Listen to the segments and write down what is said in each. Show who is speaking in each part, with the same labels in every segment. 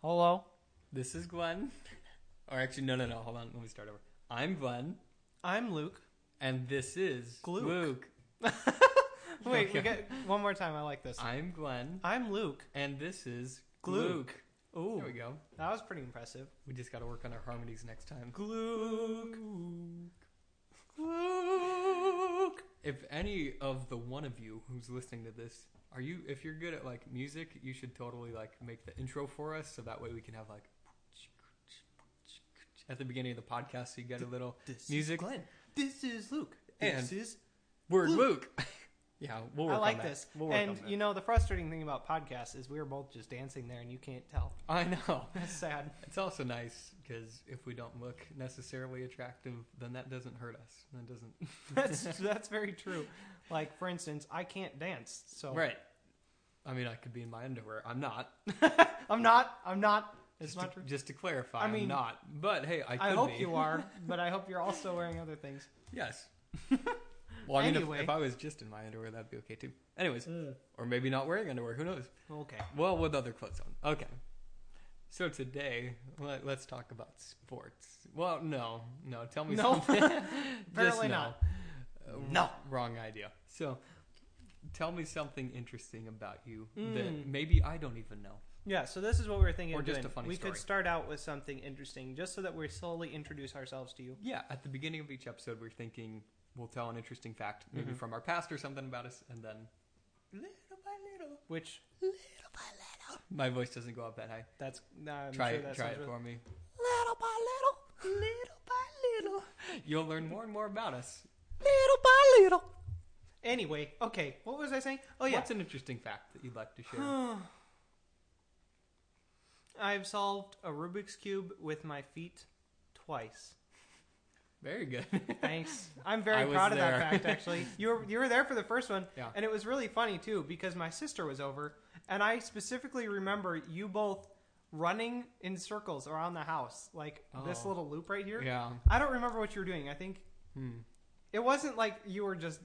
Speaker 1: Hello, this is Gwen. Or actually, no, no, no. Hold on. Let me start over. I'm Gwen,
Speaker 2: I'm Luke.
Speaker 1: and this is
Speaker 2: Gluke.
Speaker 1: Luke.
Speaker 2: Wait,
Speaker 1: Okay.
Speaker 2: we get one more time. I like this.
Speaker 1: I'm Gwen,
Speaker 2: I'm Luke.
Speaker 1: and this is
Speaker 2: Gluke.
Speaker 1: Gluke.
Speaker 2: Ooh,
Speaker 1: There we go.
Speaker 2: that was pretty impressive.
Speaker 1: We just got to work on our harmonies next time.
Speaker 2: Luke.
Speaker 1: Gluke. If any of the one of you who's listening to this, are you? If you're good at like music, you should totally like make the intro for us, so that way we can have like at the beginning of the podcast, so you get a little
Speaker 2: This Is
Speaker 1: Music.
Speaker 2: Glenn. This is Luke.
Speaker 1: And-
Speaker 2: This is.
Speaker 1: word
Speaker 2: Luke.
Speaker 1: Luke. yeah, we'll work
Speaker 2: I
Speaker 1: on
Speaker 2: like
Speaker 1: that.
Speaker 2: this.
Speaker 1: We'll work on
Speaker 2: and
Speaker 1: that.
Speaker 2: you know, the frustrating thing about podcasts is we were both just dancing there, and you can't tell.
Speaker 1: I know.
Speaker 2: That's sad.
Speaker 1: It's also nice because if we don't look necessarily attractive, then that doesn't hurt us. That doesn't.
Speaker 2: That's that's very true. Like for instance, I can't dance, so
Speaker 1: Right. I mean, I could be in my underwear. I'm not.
Speaker 2: I'm not. I'm not. It's
Speaker 1: Just
Speaker 2: not
Speaker 1: to,
Speaker 2: true.
Speaker 1: just to clarify,
Speaker 2: I
Speaker 1: I mean,
Speaker 2: mean-
Speaker 1: am not. But hey, I could
Speaker 2: I hope
Speaker 1: be.
Speaker 2: you are, but I hope you're also wearing other things.
Speaker 1: Yes. well, I mean,
Speaker 2: Anyway. Mm.
Speaker 1: if, if I was just in my underwear, that'd be okay too. Anyways, or maybe not wearing underwear. Who knows?
Speaker 2: Okay.
Speaker 1: Well, with other clothes on. Okay. So today, let, let's talk about sports. Well, no, no. Tell me
Speaker 2: No.
Speaker 1: something. Just
Speaker 2: Apparently
Speaker 1: no.
Speaker 2: not.
Speaker 1: Uh,
Speaker 2: No.
Speaker 1: Wrong idea. So, tell me something interesting about you
Speaker 2: Mm.
Speaker 1: that maybe I don't even know.
Speaker 2: Yeah, so this is what we were thinking.
Speaker 1: Or
Speaker 2: of
Speaker 1: just
Speaker 2: doing.
Speaker 1: a funny
Speaker 2: We
Speaker 1: story.
Speaker 2: could start out with something interesting, just so that we slowly introduce ourselves to you.
Speaker 1: Yeah, at the beginning of each episode, we're thinking we'll tell an interesting fact, maybe
Speaker 2: Mhm.
Speaker 1: from our past or something about us, and then little by little,
Speaker 2: Which
Speaker 1: little by little. My voice doesn't go up that high.
Speaker 2: that's nah, I'm
Speaker 1: try
Speaker 2: sure
Speaker 1: it,
Speaker 2: that
Speaker 1: try
Speaker 2: sounds
Speaker 1: it
Speaker 2: really-
Speaker 1: for me. Little by little, little by little. You'll learn more and more about us. Little by little.
Speaker 2: Anyway, okay, what was I saying? Oh
Speaker 1: Oh yeah,
Speaker 2: yeah,
Speaker 1: what's an interesting fact that you'd like to share?
Speaker 2: I've solved a Rubik's cube with my feet twice.
Speaker 1: Very good.
Speaker 2: Thanks. I'm
Speaker 1: I
Speaker 2: very
Speaker 1: was
Speaker 2: proud of
Speaker 1: there.
Speaker 2: that fact. Actually, you were you were there for the first one,
Speaker 1: Yeah.
Speaker 2: and it was really funny too because my sister was over, and I specifically remember you both running in circles around the house, like this
Speaker 1: Oh.
Speaker 2: little loop right here.
Speaker 1: yeah.
Speaker 2: I don't remember what you were doing. I think
Speaker 1: Hmm.
Speaker 2: it wasn't like you were just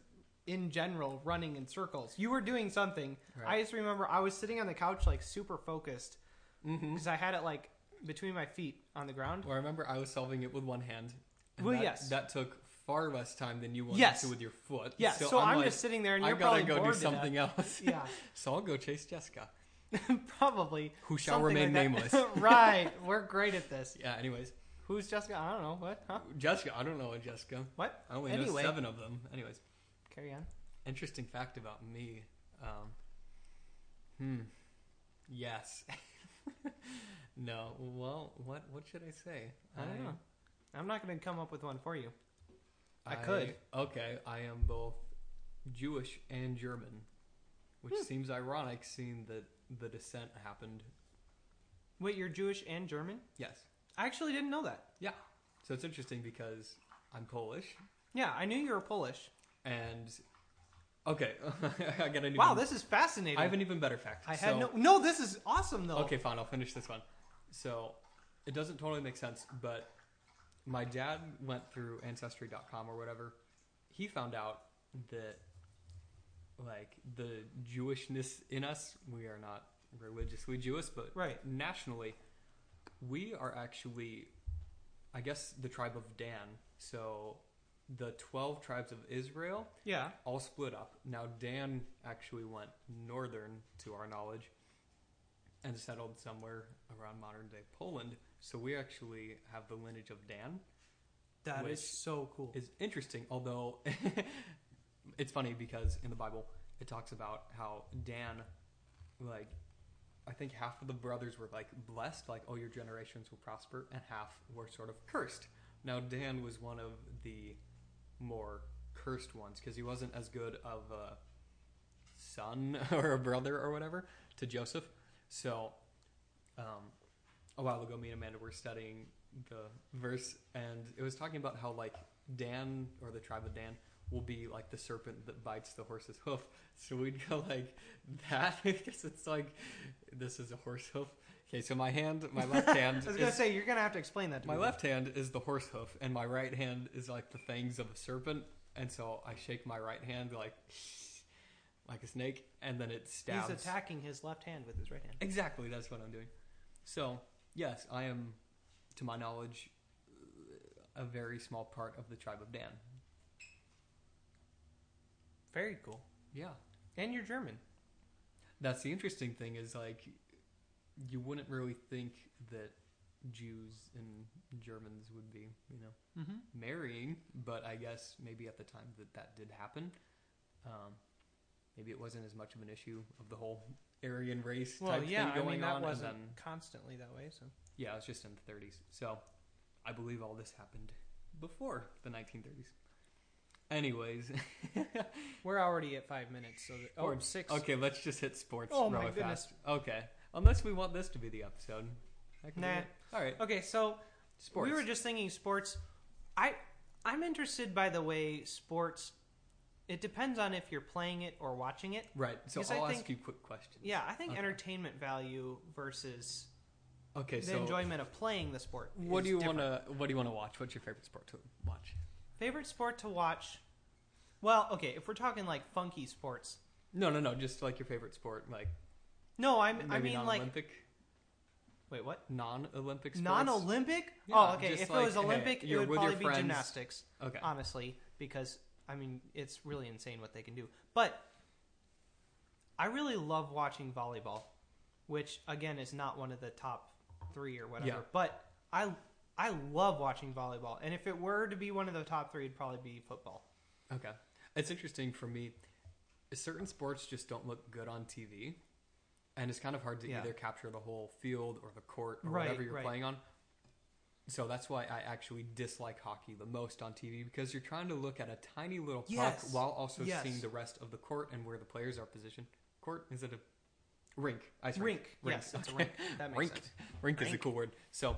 Speaker 2: in general running in circles. You were doing something.
Speaker 1: Right.
Speaker 2: I just remember I was sitting on the couch like super focused
Speaker 1: Mm-hmm.
Speaker 2: because I had it like between my feet on the ground.
Speaker 1: Well, I remember I was solving it with one hand.
Speaker 2: Well,
Speaker 1: that,
Speaker 2: yes.
Speaker 1: That took far less time than you wanted
Speaker 2: Yes.
Speaker 1: to with your foot.
Speaker 2: Yeah, so, I'm,
Speaker 1: like,
Speaker 2: just sitting there, and
Speaker 1: I
Speaker 2: you're
Speaker 1: gotta
Speaker 2: probably
Speaker 1: go do
Speaker 2: bored to death.
Speaker 1: something else.
Speaker 2: Yeah,
Speaker 1: so I'll go chase Jessica,
Speaker 2: probably.
Speaker 1: who shall
Speaker 2: Something
Speaker 1: remain
Speaker 2: like
Speaker 1: nameless.
Speaker 2: that. right. We're great at this.
Speaker 1: yeah. Anyways,
Speaker 2: Who's Jessica? I don't know. What? Huh?
Speaker 1: Jessica. I don't know a Jessica.
Speaker 2: What?
Speaker 1: I only
Speaker 2: Anyway.
Speaker 1: know seven of them. Anyways,
Speaker 2: Carry on.
Speaker 1: interesting fact about me. Um, hmm. Yes. no. Well, what what should I say?
Speaker 2: I don't know. I'm not going to come up with one for you. I could.
Speaker 1: Okay, I am both Jewish and German, which
Speaker 2: Hmm.
Speaker 1: seems ironic seeing that the descent happened.
Speaker 2: Wait, you're Jewish and German?
Speaker 1: Yes.
Speaker 2: I actually didn't know that.
Speaker 1: So it's interesting because I'm Polish
Speaker 2: Yeah, I knew you were Polish.
Speaker 1: and okay, I got a new
Speaker 2: Wow, this is fascinating.
Speaker 1: I have an even better fact.
Speaker 2: I had
Speaker 1: So-
Speaker 2: no. No, this is awesome though.
Speaker 1: Okay, fine. I'll finish this one. So it doesn't totally make sense, but my dad went through ancestry.com or whatever. He found out that like the Jewishness in us, we are not religiously Jewish, but
Speaker 2: Right.
Speaker 1: nationally, we are actually, I guess, the tribe of Dan. So the 12 tribes of Israel
Speaker 2: Yeah.
Speaker 1: all split up. Now Dan actually went northern, to our knowledge, and settled somewhere around modern day Poland. So we actually have the lineage of Dan.
Speaker 2: that is
Speaker 1: Which
Speaker 2: so cool.
Speaker 1: It's interesting, although it's funny because in the Bible it talks about how Dan, like, I think half of the brothers were like blessed, like, oh, your generations will prosper, and half were sort of cursed. Now Dan was one of the more cursed ones because he wasn't as good of a son or a brother or whatever to Joseph. So, um, a while ago, me and Amanda were studying the verse, and it was talking about how like Dan or the tribe of Dan will be like the serpent that bites the horse's hoof. So we'd go like that because it's like this is a horse hoof. Okay, so my hand, my left hand,
Speaker 2: I was going
Speaker 1: is-
Speaker 2: to say, you're going to have to explain that to
Speaker 1: my
Speaker 2: me.
Speaker 1: left hand is the horse hoof, and my right hand is like the fangs of a serpent. And so I shake my right hand like like a snake, and then it
Speaker 2: He's
Speaker 1: stabs.
Speaker 2: attacking his left hand with his right hand.
Speaker 1: Exactly, that's what I'm doing. So yes, I am, to my knowledge, a very small part of the tribe of Dan.
Speaker 2: Very cool.
Speaker 1: Yeah,
Speaker 2: And you're German.
Speaker 1: that's the interesting thing is like, you wouldn't really think that Jews and Germans would be, you know.
Speaker 2: Mm-hmm.
Speaker 1: marrying, but I guess maybe at the time that that did happen, um, maybe it wasn't as much of an issue of the whole Aryan race
Speaker 2: Well,
Speaker 1: type
Speaker 2: yeah,
Speaker 1: thing going
Speaker 2: I mean that
Speaker 1: on.
Speaker 2: wasn't
Speaker 1: And then,
Speaker 2: constantly that way. So
Speaker 1: yeah, it was just in the 30s. So I believe all this happened before the 1930s. Anyways,
Speaker 2: we're already at five minutes. So that, oh,
Speaker 1: Or-
Speaker 2: six.
Speaker 1: okay, let's just hit sports
Speaker 2: Oh, my
Speaker 1: really
Speaker 2: goodness.
Speaker 1: fast. Okay, unless we want this to be the episode. That can be
Speaker 2: Nah.
Speaker 1: it. All right,
Speaker 2: Okay, so
Speaker 1: sports.
Speaker 2: we were just thinking sports. I I'm interested by the way sports. It depends on if you're playing it or watching it.
Speaker 1: right, so
Speaker 2: because I
Speaker 1: I'll
Speaker 2: think-
Speaker 1: ask you quick questions.
Speaker 2: Yeah, I think
Speaker 1: Okay.
Speaker 2: entertainment value versus
Speaker 1: Okay,
Speaker 2: the
Speaker 1: so
Speaker 2: enjoyment of playing the sport.
Speaker 1: what
Speaker 2: is
Speaker 1: do you
Speaker 2: different.
Speaker 1: want to what do you want to watch? What's your favorite sport to watch?
Speaker 2: Favorite sport to watch? Well, okay, if we're talking like funky sports.
Speaker 1: No, no, no. Just like your favorite sport, like
Speaker 2: No, I'm,
Speaker 1: maybe
Speaker 2: I mean like
Speaker 1: non-Olympic,
Speaker 2: wait, what?
Speaker 1: non-Olympic sports.
Speaker 2: Non-Olympic?
Speaker 1: Yeah,
Speaker 2: oh, okay.
Speaker 1: just
Speaker 2: If
Speaker 1: like,
Speaker 2: it was
Speaker 1: hey,
Speaker 2: Olympic, it
Speaker 1: you're
Speaker 2: would
Speaker 1: with your
Speaker 2: probably be
Speaker 1: friends.
Speaker 2: gymnastics,
Speaker 1: Okay.
Speaker 2: honestly, because I mean, it's really insane what they can do. But I really love watching volleyball, which again is not one of the top 3 or whatever,
Speaker 1: Yeah.
Speaker 2: but I I love watching volleyball. And if it were to be one of the top 3, it'd probably be football.
Speaker 1: Okay. It's interesting for me. Certain sports just don't look good on TV, and it's kind of hard to
Speaker 2: Yeah.
Speaker 1: either capture the whole field or the court or
Speaker 2: Right,
Speaker 1: whatever you're
Speaker 2: right.
Speaker 1: playing on. So that's why I actually dislike hockey the most on TV because you're trying to look at a tiny little puck
Speaker 2: Yes.
Speaker 1: while also
Speaker 2: Yes.
Speaker 1: seeing the rest of the court and where the players are positioned. Court is it a rink? Ice rink.
Speaker 2: Rink. Yes, it's a rink. That makes
Speaker 1: rink.
Speaker 2: sense.
Speaker 1: Rink is a
Speaker 2: Rink.
Speaker 1: cool word. So,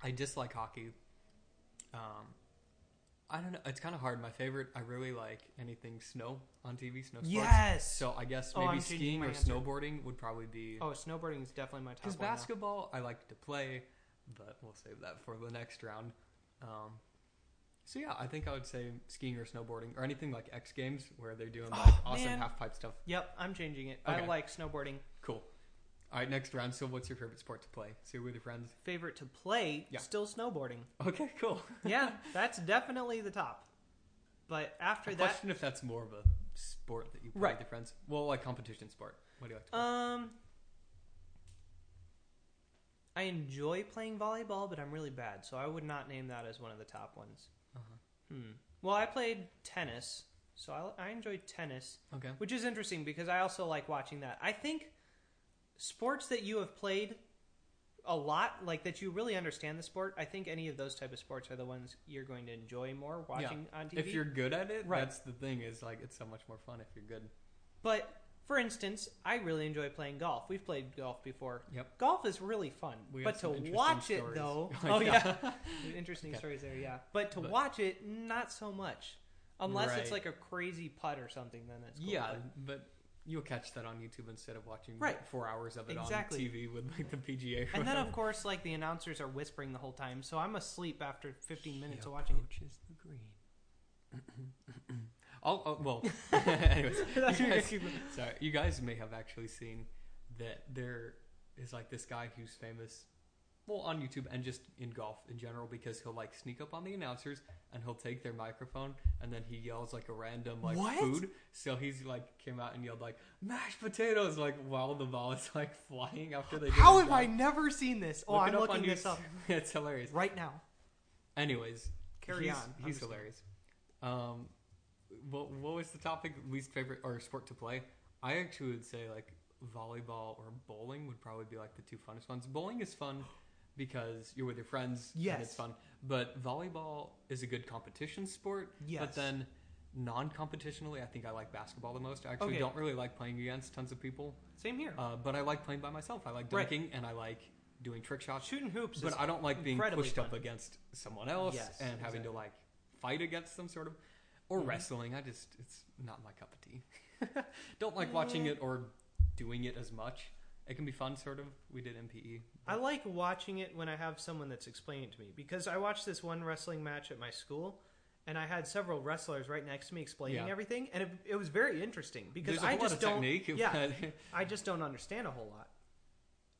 Speaker 1: I dislike hockey. Um, I don't know. It's kind of hard. My favorite. I really like anything snow on TV. Snow sports.
Speaker 2: Yes.
Speaker 1: So I guess
Speaker 2: Oh,
Speaker 1: maybe
Speaker 2: I'm changing
Speaker 1: skiing
Speaker 2: my
Speaker 1: or
Speaker 2: answer.
Speaker 1: snowboarding would probably be.
Speaker 2: Oh, snowboarding is definitely my top
Speaker 1: Because
Speaker 2: one. now.
Speaker 1: basketball, I like to play, but we'll save that for the next round. Um, so yeah, I think I would say skiing or snowboarding or anything like X Games where they're doing like
Speaker 2: Oh,
Speaker 1: awesome
Speaker 2: man.
Speaker 1: half pipe stuff.
Speaker 2: Yep, I'm changing it. I
Speaker 1: Okay.
Speaker 2: like snowboarding.
Speaker 1: Cool. All right, next round. So, what's your favorite sport to play? So, with your friends.
Speaker 2: Favorite to play,
Speaker 1: Yeah.
Speaker 2: still snowboarding.
Speaker 1: Okay, cool.
Speaker 2: Yeah, that's definitely the top. But after
Speaker 1: I
Speaker 2: that,
Speaker 1: question if that's more of a sport that you play
Speaker 2: Right.
Speaker 1: with your friends. Well, like competition sport. What do you like to play?
Speaker 2: um, I enjoy playing volleyball, but I'm really bad, so I would not name that as one of the top ones.
Speaker 1: uh-huh.
Speaker 2: Hmm. Well, I played tennis, so I, I enjoy tennis.
Speaker 1: Okay.
Speaker 2: Which is interesting because I also like watching that. I think sports that you have played a lot, like that you really understand the sport, I think any of those type of sports are the ones you're going to enjoy more watching on TV.
Speaker 1: If you're good at it,
Speaker 2: Right.
Speaker 1: that's the thing. Is like it's so much more fun if you're good.
Speaker 2: But for instance, I really enjoy playing golf. We've played golf before.
Speaker 1: Yep.
Speaker 2: Golf is really fun,
Speaker 1: We
Speaker 2: but
Speaker 1: have
Speaker 2: to
Speaker 1: some interesting
Speaker 2: watch it
Speaker 1: stories.
Speaker 2: though,
Speaker 1: Oh,
Speaker 2: oh yeah,
Speaker 1: yeah.
Speaker 2: interesting
Speaker 1: Okay.
Speaker 2: stories there, yeah. But to
Speaker 1: But-
Speaker 2: watch it, not so much, unless it's like
Speaker 1: Right.
Speaker 2: a crazy putt or something. Then it's cool.
Speaker 1: yeah,
Speaker 2: But-
Speaker 1: but you'll catch that on YouTube instead of watching
Speaker 2: Right.
Speaker 1: four hours of it
Speaker 2: Exactly.
Speaker 1: on TV with like the PGA. or
Speaker 2: And then,
Speaker 1: whatever.
Speaker 2: of course, like the announcers are whispering the whole time, so I'm asleep after 15 minutes
Speaker 1: He
Speaker 2: of watching.
Speaker 1: approaches the green. oh, oh well. anyways,
Speaker 2: That's
Speaker 1: you guys-
Speaker 2: ridiculous.
Speaker 1: sorry, you guys may have actually seen that there is like this guy who's famous, well, on YouTube and just in golf in general because he'll like sneak up on the announcers and he'll take their microphone and then he yells like a random like
Speaker 2: What?
Speaker 1: food. So he's like came out and yelled like mashed potatoes like while the ball is like flying after they. did
Speaker 2: How
Speaker 1: his
Speaker 2: have I
Speaker 1: job.
Speaker 2: never seen this? Oh,
Speaker 1: Look it
Speaker 2: I'm
Speaker 1: up on
Speaker 2: looking this up
Speaker 1: YouTube. it's hilarious.
Speaker 2: right now.
Speaker 1: Anyways,
Speaker 2: Carry
Speaker 1: he's,
Speaker 2: on. I'm
Speaker 1: He's
Speaker 2: just-
Speaker 1: hilarious. Um, what what was the topic? Least favorite or sport to play? I actually would say like volleyball or bowling would probably be like the two funnest ones. Bowling is fun because you're with your friends. and
Speaker 2: Yes.
Speaker 1: it's fun. But volleyball is a good competition sport.
Speaker 2: Yes.
Speaker 1: But then non-competitionally, I think I like basketball the most. I actually
Speaker 2: Okay.
Speaker 1: don't really like playing against tons of people,
Speaker 2: Same here.
Speaker 1: uh, but I like playing by myself. I like
Speaker 2: Right.
Speaker 1: dunking and I like doing trick shots
Speaker 2: Shooting hoops, is,
Speaker 1: but I don't like being
Speaker 2: incredibly
Speaker 1: pushed up
Speaker 2: fun.
Speaker 1: against someone else
Speaker 2: Yes,
Speaker 1: and having to
Speaker 2: exactly.
Speaker 1: like fight against them, sort of, or
Speaker 2: Mhm.
Speaker 1: wrestling. I just it's not my cup of tea. don't like watching
Speaker 2: Yeah.
Speaker 1: it or doing it as much. It can be fun, sort of. We did E. MPE.
Speaker 2: I like watching it when I have someone that's explaining it to me because I watched this one wrestling match at my school. And I had several wrestlers right next to me explaining
Speaker 1: Yeah.
Speaker 2: everything, and it, it was very interesting because
Speaker 1: There's a
Speaker 2: I
Speaker 1: whole lot
Speaker 2: just
Speaker 1: of
Speaker 2: don't.
Speaker 1: technique.
Speaker 2: yeah.
Speaker 1: but-
Speaker 2: I just don't understand a whole lot.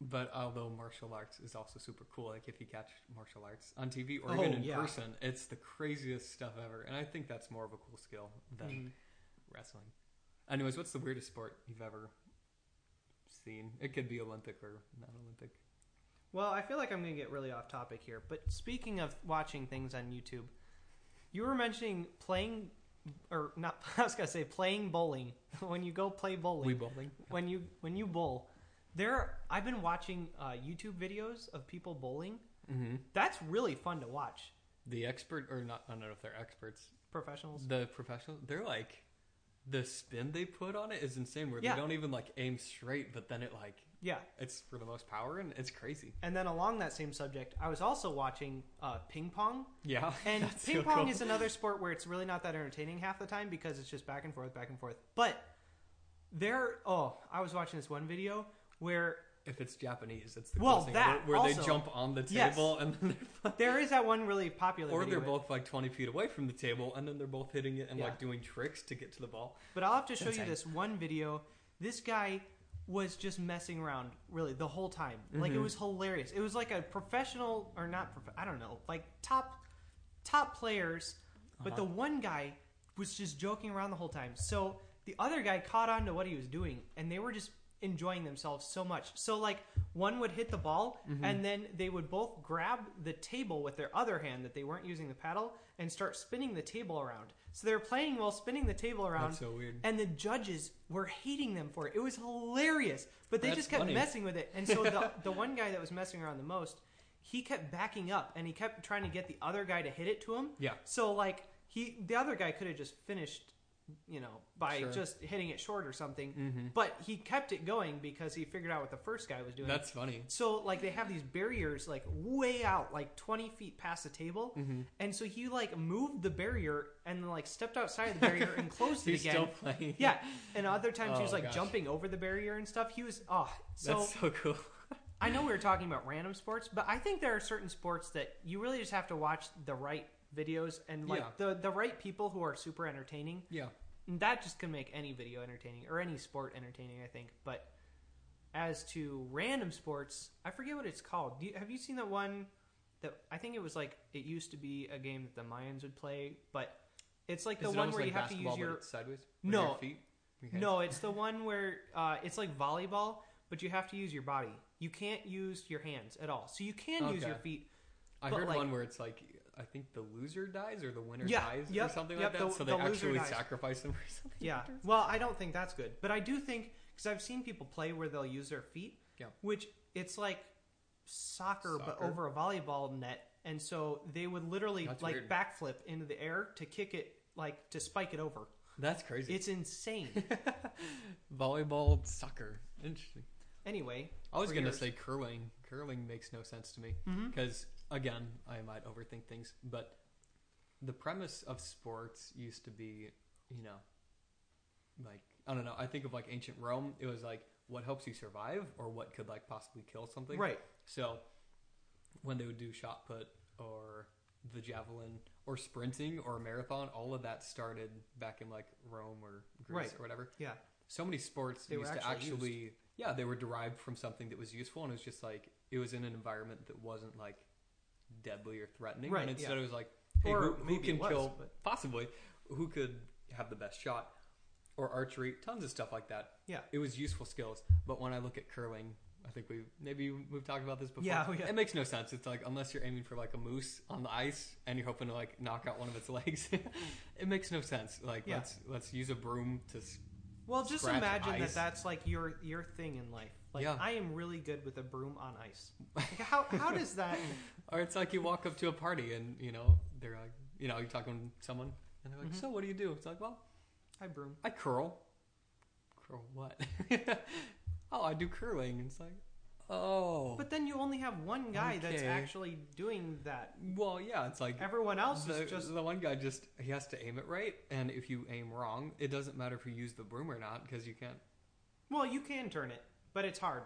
Speaker 1: But although martial arts is also super cool, like if you catch martial arts on TV or
Speaker 2: Oh,
Speaker 1: even in
Speaker 2: yeah.
Speaker 1: person, it's the craziest stuff ever. And I think that's more of a cool skill than
Speaker 2: Mhm.
Speaker 1: wrestling. Anyways, what's the weirdest sport you've ever seen? It could be Olympic or not Olympic.
Speaker 2: Well, I feel like I'm going to get really off topic here, but speaking of watching things on YouTube, you were mentioning playing, or not, I was going to say playing bowling. when you go play bowling,
Speaker 1: We bowling.
Speaker 2: when you when you bowl, there I've been watching uh, YouTube videos of people bowling.
Speaker 1: Mm-hmm.
Speaker 2: That's really fun to watch.
Speaker 1: The expert or not? I don't know if they're experts.
Speaker 2: Professionals.
Speaker 1: The professional. They're like the spin they put on it is insane. Where
Speaker 2: Yeah.
Speaker 1: they don't even like aim straight, but then it like
Speaker 2: Yeah.
Speaker 1: it's for the most power and it's crazy.
Speaker 2: And then along that same subject, I was also watching uh, ping pong.
Speaker 1: Yeah,
Speaker 2: And
Speaker 1: that's so
Speaker 2: ping pong
Speaker 1: cool.
Speaker 2: is another sport where it's really not that entertaining half the time because it's just back and forth, back and forth. But there, oh, I was watching this one video where
Speaker 1: if it's Japanese, it's the
Speaker 2: Well,
Speaker 1: coolest thing
Speaker 2: that
Speaker 1: ever, where they
Speaker 2: also-
Speaker 1: jump on the
Speaker 2: Yes.
Speaker 1: table and then they're
Speaker 2: there is that one really popular.
Speaker 1: or
Speaker 2: video,
Speaker 1: they're both like 20 feet away from the table and then they're both hitting it and
Speaker 2: Yeah.
Speaker 1: like doing tricks to get to the ball
Speaker 2: But I'll have to show
Speaker 1: Insane.
Speaker 2: you this one video. This guy was just messing around really the whole time. Like it was hilarious. It was like a professional or not prof- I don't know, like top top players, but the one guy was just joking around the whole time. So the other guy caught on to what he was doing and they were just enjoying themselves so much. So like one would hit the ball and then they would both grab the table with their other hand that they weren't using the paddle and start spinning the table around. So they were playing while spinning the table around
Speaker 1: that's so weird
Speaker 2: and the judges were hating them for it. It was hilarious, but they
Speaker 1: That's
Speaker 2: just kept
Speaker 1: funny.
Speaker 2: messing with it. And so the, the one guy that was messing around the most, he kept backing up and he kept trying to get the other guy to hit it to him.
Speaker 1: Yeah.
Speaker 2: So like he, the other guy could have just finished, you know, by
Speaker 1: Sure. Mm-hmm.
Speaker 2: just hitting it short or something. But he kept it going because he figured out what the first guy was doing.
Speaker 1: that's funny
Speaker 2: So like they have these barriers like way out, like twenty feet past the table,
Speaker 1: Mm-hmm.
Speaker 2: and so he like moved the barrier and then like stepped outside of the barrier and closed it
Speaker 1: he's
Speaker 2: again.
Speaker 1: still playing
Speaker 2: Yeah, and other times he was
Speaker 1: Oh,
Speaker 2: like
Speaker 1: gosh.
Speaker 2: jumping over the barrier and stuff. He was oh, so
Speaker 1: that's so cool
Speaker 2: I know we were talking about random sports, but I think there are certain sports that you really just have to watch the right videos and like
Speaker 1: Yeah.
Speaker 2: the the right people who are super entertaining.
Speaker 1: yeah
Speaker 2: And that just can make any video entertaining or any sport entertaining, I think. But as to random sports, I forget what it's called. Do you, have you seen that one that I think it was like it used to be a game that the Mayans would play, but it's like the
Speaker 1: Is it
Speaker 2: one
Speaker 1: almost
Speaker 2: where
Speaker 1: like
Speaker 2: you have to
Speaker 1: basketball,
Speaker 2: use
Speaker 1: but
Speaker 2: your
Speaker 1: it's sideways With
Speaker 2: No.
Speaker 1: your feet Your hands?
Speaker 2: no, it's the one where uh, it's like volleyball, but you have to use your body. You can't use your hands at all. So you can use
Speaker 1: Okay.
Speaker 2: your feet.
Speaker 1: i
Speaker 2: but,
Speaker 1: heard
Speaker 2: like-
Speaker 1: one where it's like i think the loser dies or the winner
Speaker 2: Yeah,
Speaker 1: dies
Speaker 2: yep,
Speaker 1: or something
Speaker 2: yep,
Speaker 1: like that
Speaker 2: the-
Speaker 1: so
Speaker 2: the
Speaker 1: they
Speaker 2: loser
Speaker 1: actually
Speaker 2: dies.
Speaker 1: sacrifice them or something
Speaker 2: Yeah. Well, I don't think that's good, but I do think because I've seen people play where they'll use their feet,
Speaker 1: Yeah.
Speaker 2: which it's like soccer, but
Speaker 1: Soccer.
Speaker 2: over a volleyball net, and so they would literally
Speaker 1: That's
Speaker 2: like
Speaker 1: weird.
Speaker 2: backflip into the air to kick it, like to spike it over.
Speaker 1: that's crazy
Speaker 2: It's insane.
Speaker 1: volleyball soccer interesting
Speaker 2: anyway,
Speaker 1: I was
Speaker 2: for
Speaker 1: going to
Speaker 2: yours.
Speaker 1: say curling. Curling makes no sense to me because, again, I might overthink things, but the premise of sports used to be, you know, like, I don't know. I think of like ancient Rome. It was like what helps you survive or what could like possibly kill something.
Speaker 2: right.
Speaker 1: So when they would do shot put or the javelin or sprinting or marathon, all of that started back in like Rome or Greece
Speaker 2: Right.
Speaker 1: or whatever
Speaker 2: Yeah.
Speaker 1: so many sports
Speaker 2: They were
Speaker 1: used to
Speaker 2: actually
Speaker 1: actually yeah they were derived from something that was useful and it was just like it was in an environment that wasn't like deadly or threatening
Speaker 2: Right,
Speaker 1: and instead
Speaker 2: yeah.
Speaker 1: it was like hey,
Speaker 2: Or
Speaker 1: who, who
Speaker 2: maybe it
Speaker 1: can
Speaker 2: was,
Speaker 1: kill
Speaker 2: but-
Speaker 1: possibly who could have the best shot or archery tons of stuff like that
Speaker 2: Yeah.
Speaker 1: it was useful skills but when i look at curling i think we maybe we've talked about this before
Speaker 2: Yeah, yeah.
Speaker 1: it makes no sense it's like unless you're aiming for like a moose on the ice and you're hoping to like knock out one of its legs it makes no sense like
Speaker 2: Yeah.
Speaker 1: let's let's use a broom to s-
Speaker 2: Well, just
Speaker 1: scratch
Speaker 2: imagine that
Speaker 1: ice.
Speaker 2: that's like your your thing in life. Like
Speaker 1: Yeah.
Speaker 2: I am really good with a broom on ice. Like, how how does that?
Speaker 1: Or it's like you walk up to a party and you know they're like, you know, you're talking to someone and they're like,
Speaker 2: Mm-hmm.
Speaker 1: "So what do you do?" It's like, "Well,
Speaker 2: I broom.
Speaker 1: I curl." Curl what? oh, I do curling. It's like, oh,
Speaker 2: But then you only have one guy that's
Speaker 1: Okay.
Speaker 2: actually doing that.
Speaker 1: well, yeah. It's like
Speaker 2: Everyone else
Speaker 1: the,
Speaker 2: is just
Speaker 1: the one guy just he has to aim it right, and if you aim wrong, it doesn't matter if you use the broom or not because you can't.
Speaker 2: well, you can turn it, but it's hard.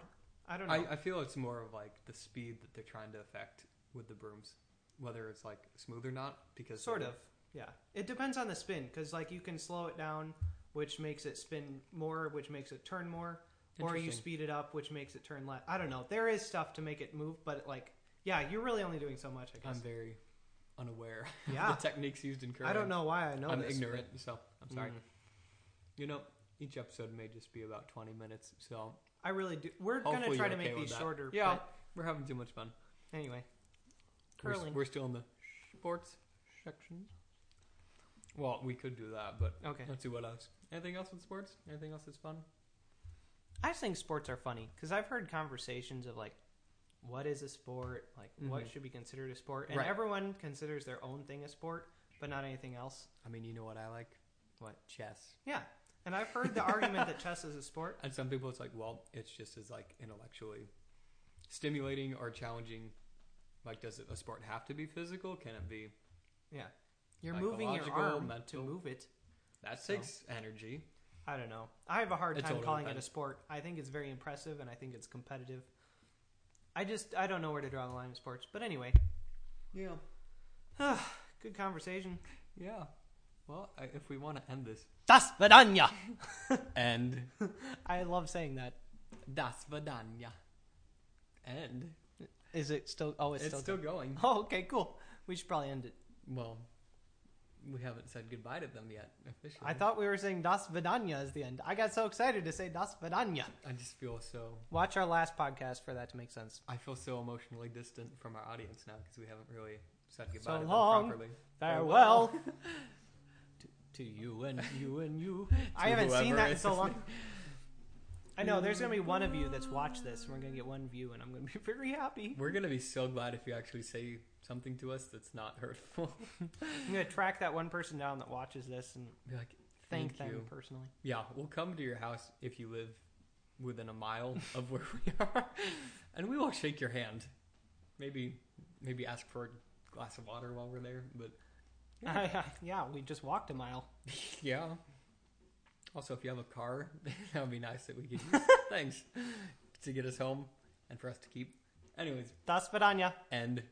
Speaker 2: I don't know.
Speaker 1: I, I feel it's more of like the speed that they're trying to affect with the brooms, whether it's like smooth or not. Because
Speaker 2: sort of. Yeah. It depends on the spin because like you can slow it down, which makes it spin more, which makes it turn more, or you
Speaker 1: Interesting.
Speaker 2: speed it up, which makes it turn left. I don't know. There is stuff to make it move, but like, yeah, you're really only doing so much. I
Speaker 1: I'm
Speaker 2: guess.
Speaker 1: very unaware
Speaker 2: Yeah.
Speaker 1: of the techniques used in curling.
Speaker 2: I don't know why I know.
Speaker 1: I'm
Speaker 2: this,
Speaker 1: ignorant, so I'm
Speaker 2: but-
Speaker 1: sorry.
Speaker 2: Mm.
Speaker 1: You know, each episode may just be about 20 minutes, so
Speaker 2: I really do. We're gonna
Speaker 1: Hopefully
Speaker 2: try to
Speaker 1: you're
Speaker 2: make
Speaker 1: okay with
Speaker 2: these
Speaker 1: that.
Speaker 2: shorter.
Speaker 1: Yeah. we're having too much fun.
Speaker 2: but anyway,
Speaker 1: We're s-
Speaker 2: curling.
Speaker 1: We're, still in the sports section. Well, we could do that, but
Speaker 2: okay.
Speaker 1: let's see what else. Anything else with sports? Anything else that's fun?
Speaker 2: I just think sports are funny because I've heard conversations of like, what is a sport? Like, what
Speaker 1: Mhm.
Speaker 2: should be considered a sport? And
Speaker 1: Right.
Speaker 2: everyone considers their own thing a sport, but not anything else.
Speaker 1: I mean, you know what I like?
Speaker 2: What?
Speaker 1: Chess.
Speaker 2: Yeah. And I've heard the argument that chess is a sport.
Speaker 1: And some people, it's like, well, it's just as like intellectually stimulating or challenging. Like, does a sport have to be physical? Can it be?
Speaker 2: Yeah. You're moving your
Speaker 1: Psychological,
Speaker 2: arm
Speaker 1: mental.
Speaker 2: to move it.
Speaker 1: That
Speaker 2: So-
Speaker 1: takes energy.
Speaker 2: I don't know. I have a hard
Speaker 1: It
Speaker 2: time
Speaker 1: totally
Speaker 2: calling it a
Speaker 1: depends.
Speaker 2: sport. I think it's very impressive and I think it's competitive. I just I don't know where to draw the line of sports. But anyway,
Speaker 1: Yeah.
Speaker 2: good conversation.
Speaker 1: Yeah. Well, I, if we want to end this,
Speaker 2: Das Vedanya.
Speaker 1: end.
Speaker 2: I love saying that.
Speaker 1: Das Vidania. End.
Speaker 2: Is it still oh it's,
Speaker 1: It's,
Speaker 2: still,
Speaker 1: still going.
Speaker 2: Oh, okay, cool. We should probably end it.
Speaker 1: Well, we haven't said goodbye to them yet officially.
Speaker 2: I thought we were saying Das Vedanya is the end. I got so excited to say Das Vedanya.
Speaker 1: I just feel so.
Speaker 2: Watch our last podcast for that to make sense.
Speaker 1: I feel so emotionally distant from our audience now because we haven't really said goodbye
Speaker 2: So
Speaker 1: to
Speaker 2: long.
Speaker 1: them properly.
Speaker 2: Farewell.
Speaker 1: To you and you and you.
Speaker 2: I
Speaker 1: To
Speaker 2: haven't seen
Speaker 1: whoever
Speaker 2: that in
Speaker 1: is
Speaker 2: so long. I know there's gonna be one of you that's watched this, and we're gonna get one view, and I'm gonna be very happy.
Speaker 1: We're gonna be so glad if you actually say something to us that's not hurtful.
Speaker 2: I'm gonna track that one person down that watches this and
Speaker 1: be like,
Speaker 2: thank,
Speaker 1: Thank
Speaker 2: them
Speaker 1: you.
Speaker 2: personally.
Speaker 1: yeah, we'll come to your house if you live within a mile of where we are, and we will shake your hand. Maybe, maybe ask for a glass of water while we're there. But
Speaker 2: Yeah. we just walked a mile.
Speaker 1: yeah. Also, if you have a car, that would be nice that we could use. Thanks to get us home and for us to keep. Anyways,
Speaker 2: Das Vedanya.
Speaker 1: end.